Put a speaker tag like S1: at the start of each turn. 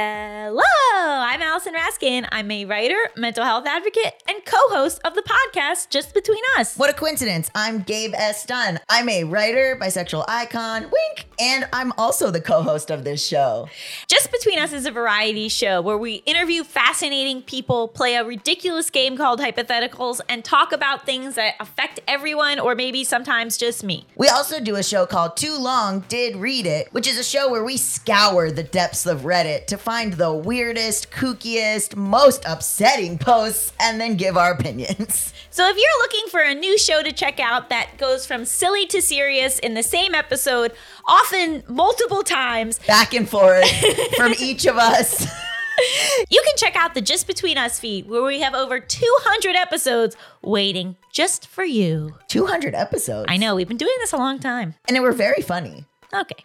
S1: Hello, I'm Allison Raskin. I'm a writer, mental health advocate, and co host of the podcast Just Between Us.
S2: What a coincidence. I'm Gabe S. Dunn. I'm a writer, bisexual icon, wink, and I'm also the co host of this show.
S1: Just Between Us is a variety show where we interview fascinating people, play a ridiculous game called Hypotheticals, and talk about things that affect everyone or maybe sometimes just me.
S2: We also do a show called Too Long Did Read It, which is a show where we scour the depths of Reddit to find the weirdest, kookiest, most upsetting posts and then give our opinions.
S1: So if you're looking for a new show to check out that goes from silly to serious in the same episode, often multiple times,
S2: Back and forth from each of us.
S1: You can check out the Just Between Us feed, where we have over 200 episodes waiting just for you.
S2: 200 episodes.
S1: I know, we've been doing this a long time.
S2: And they were very funny.
S1: Okay.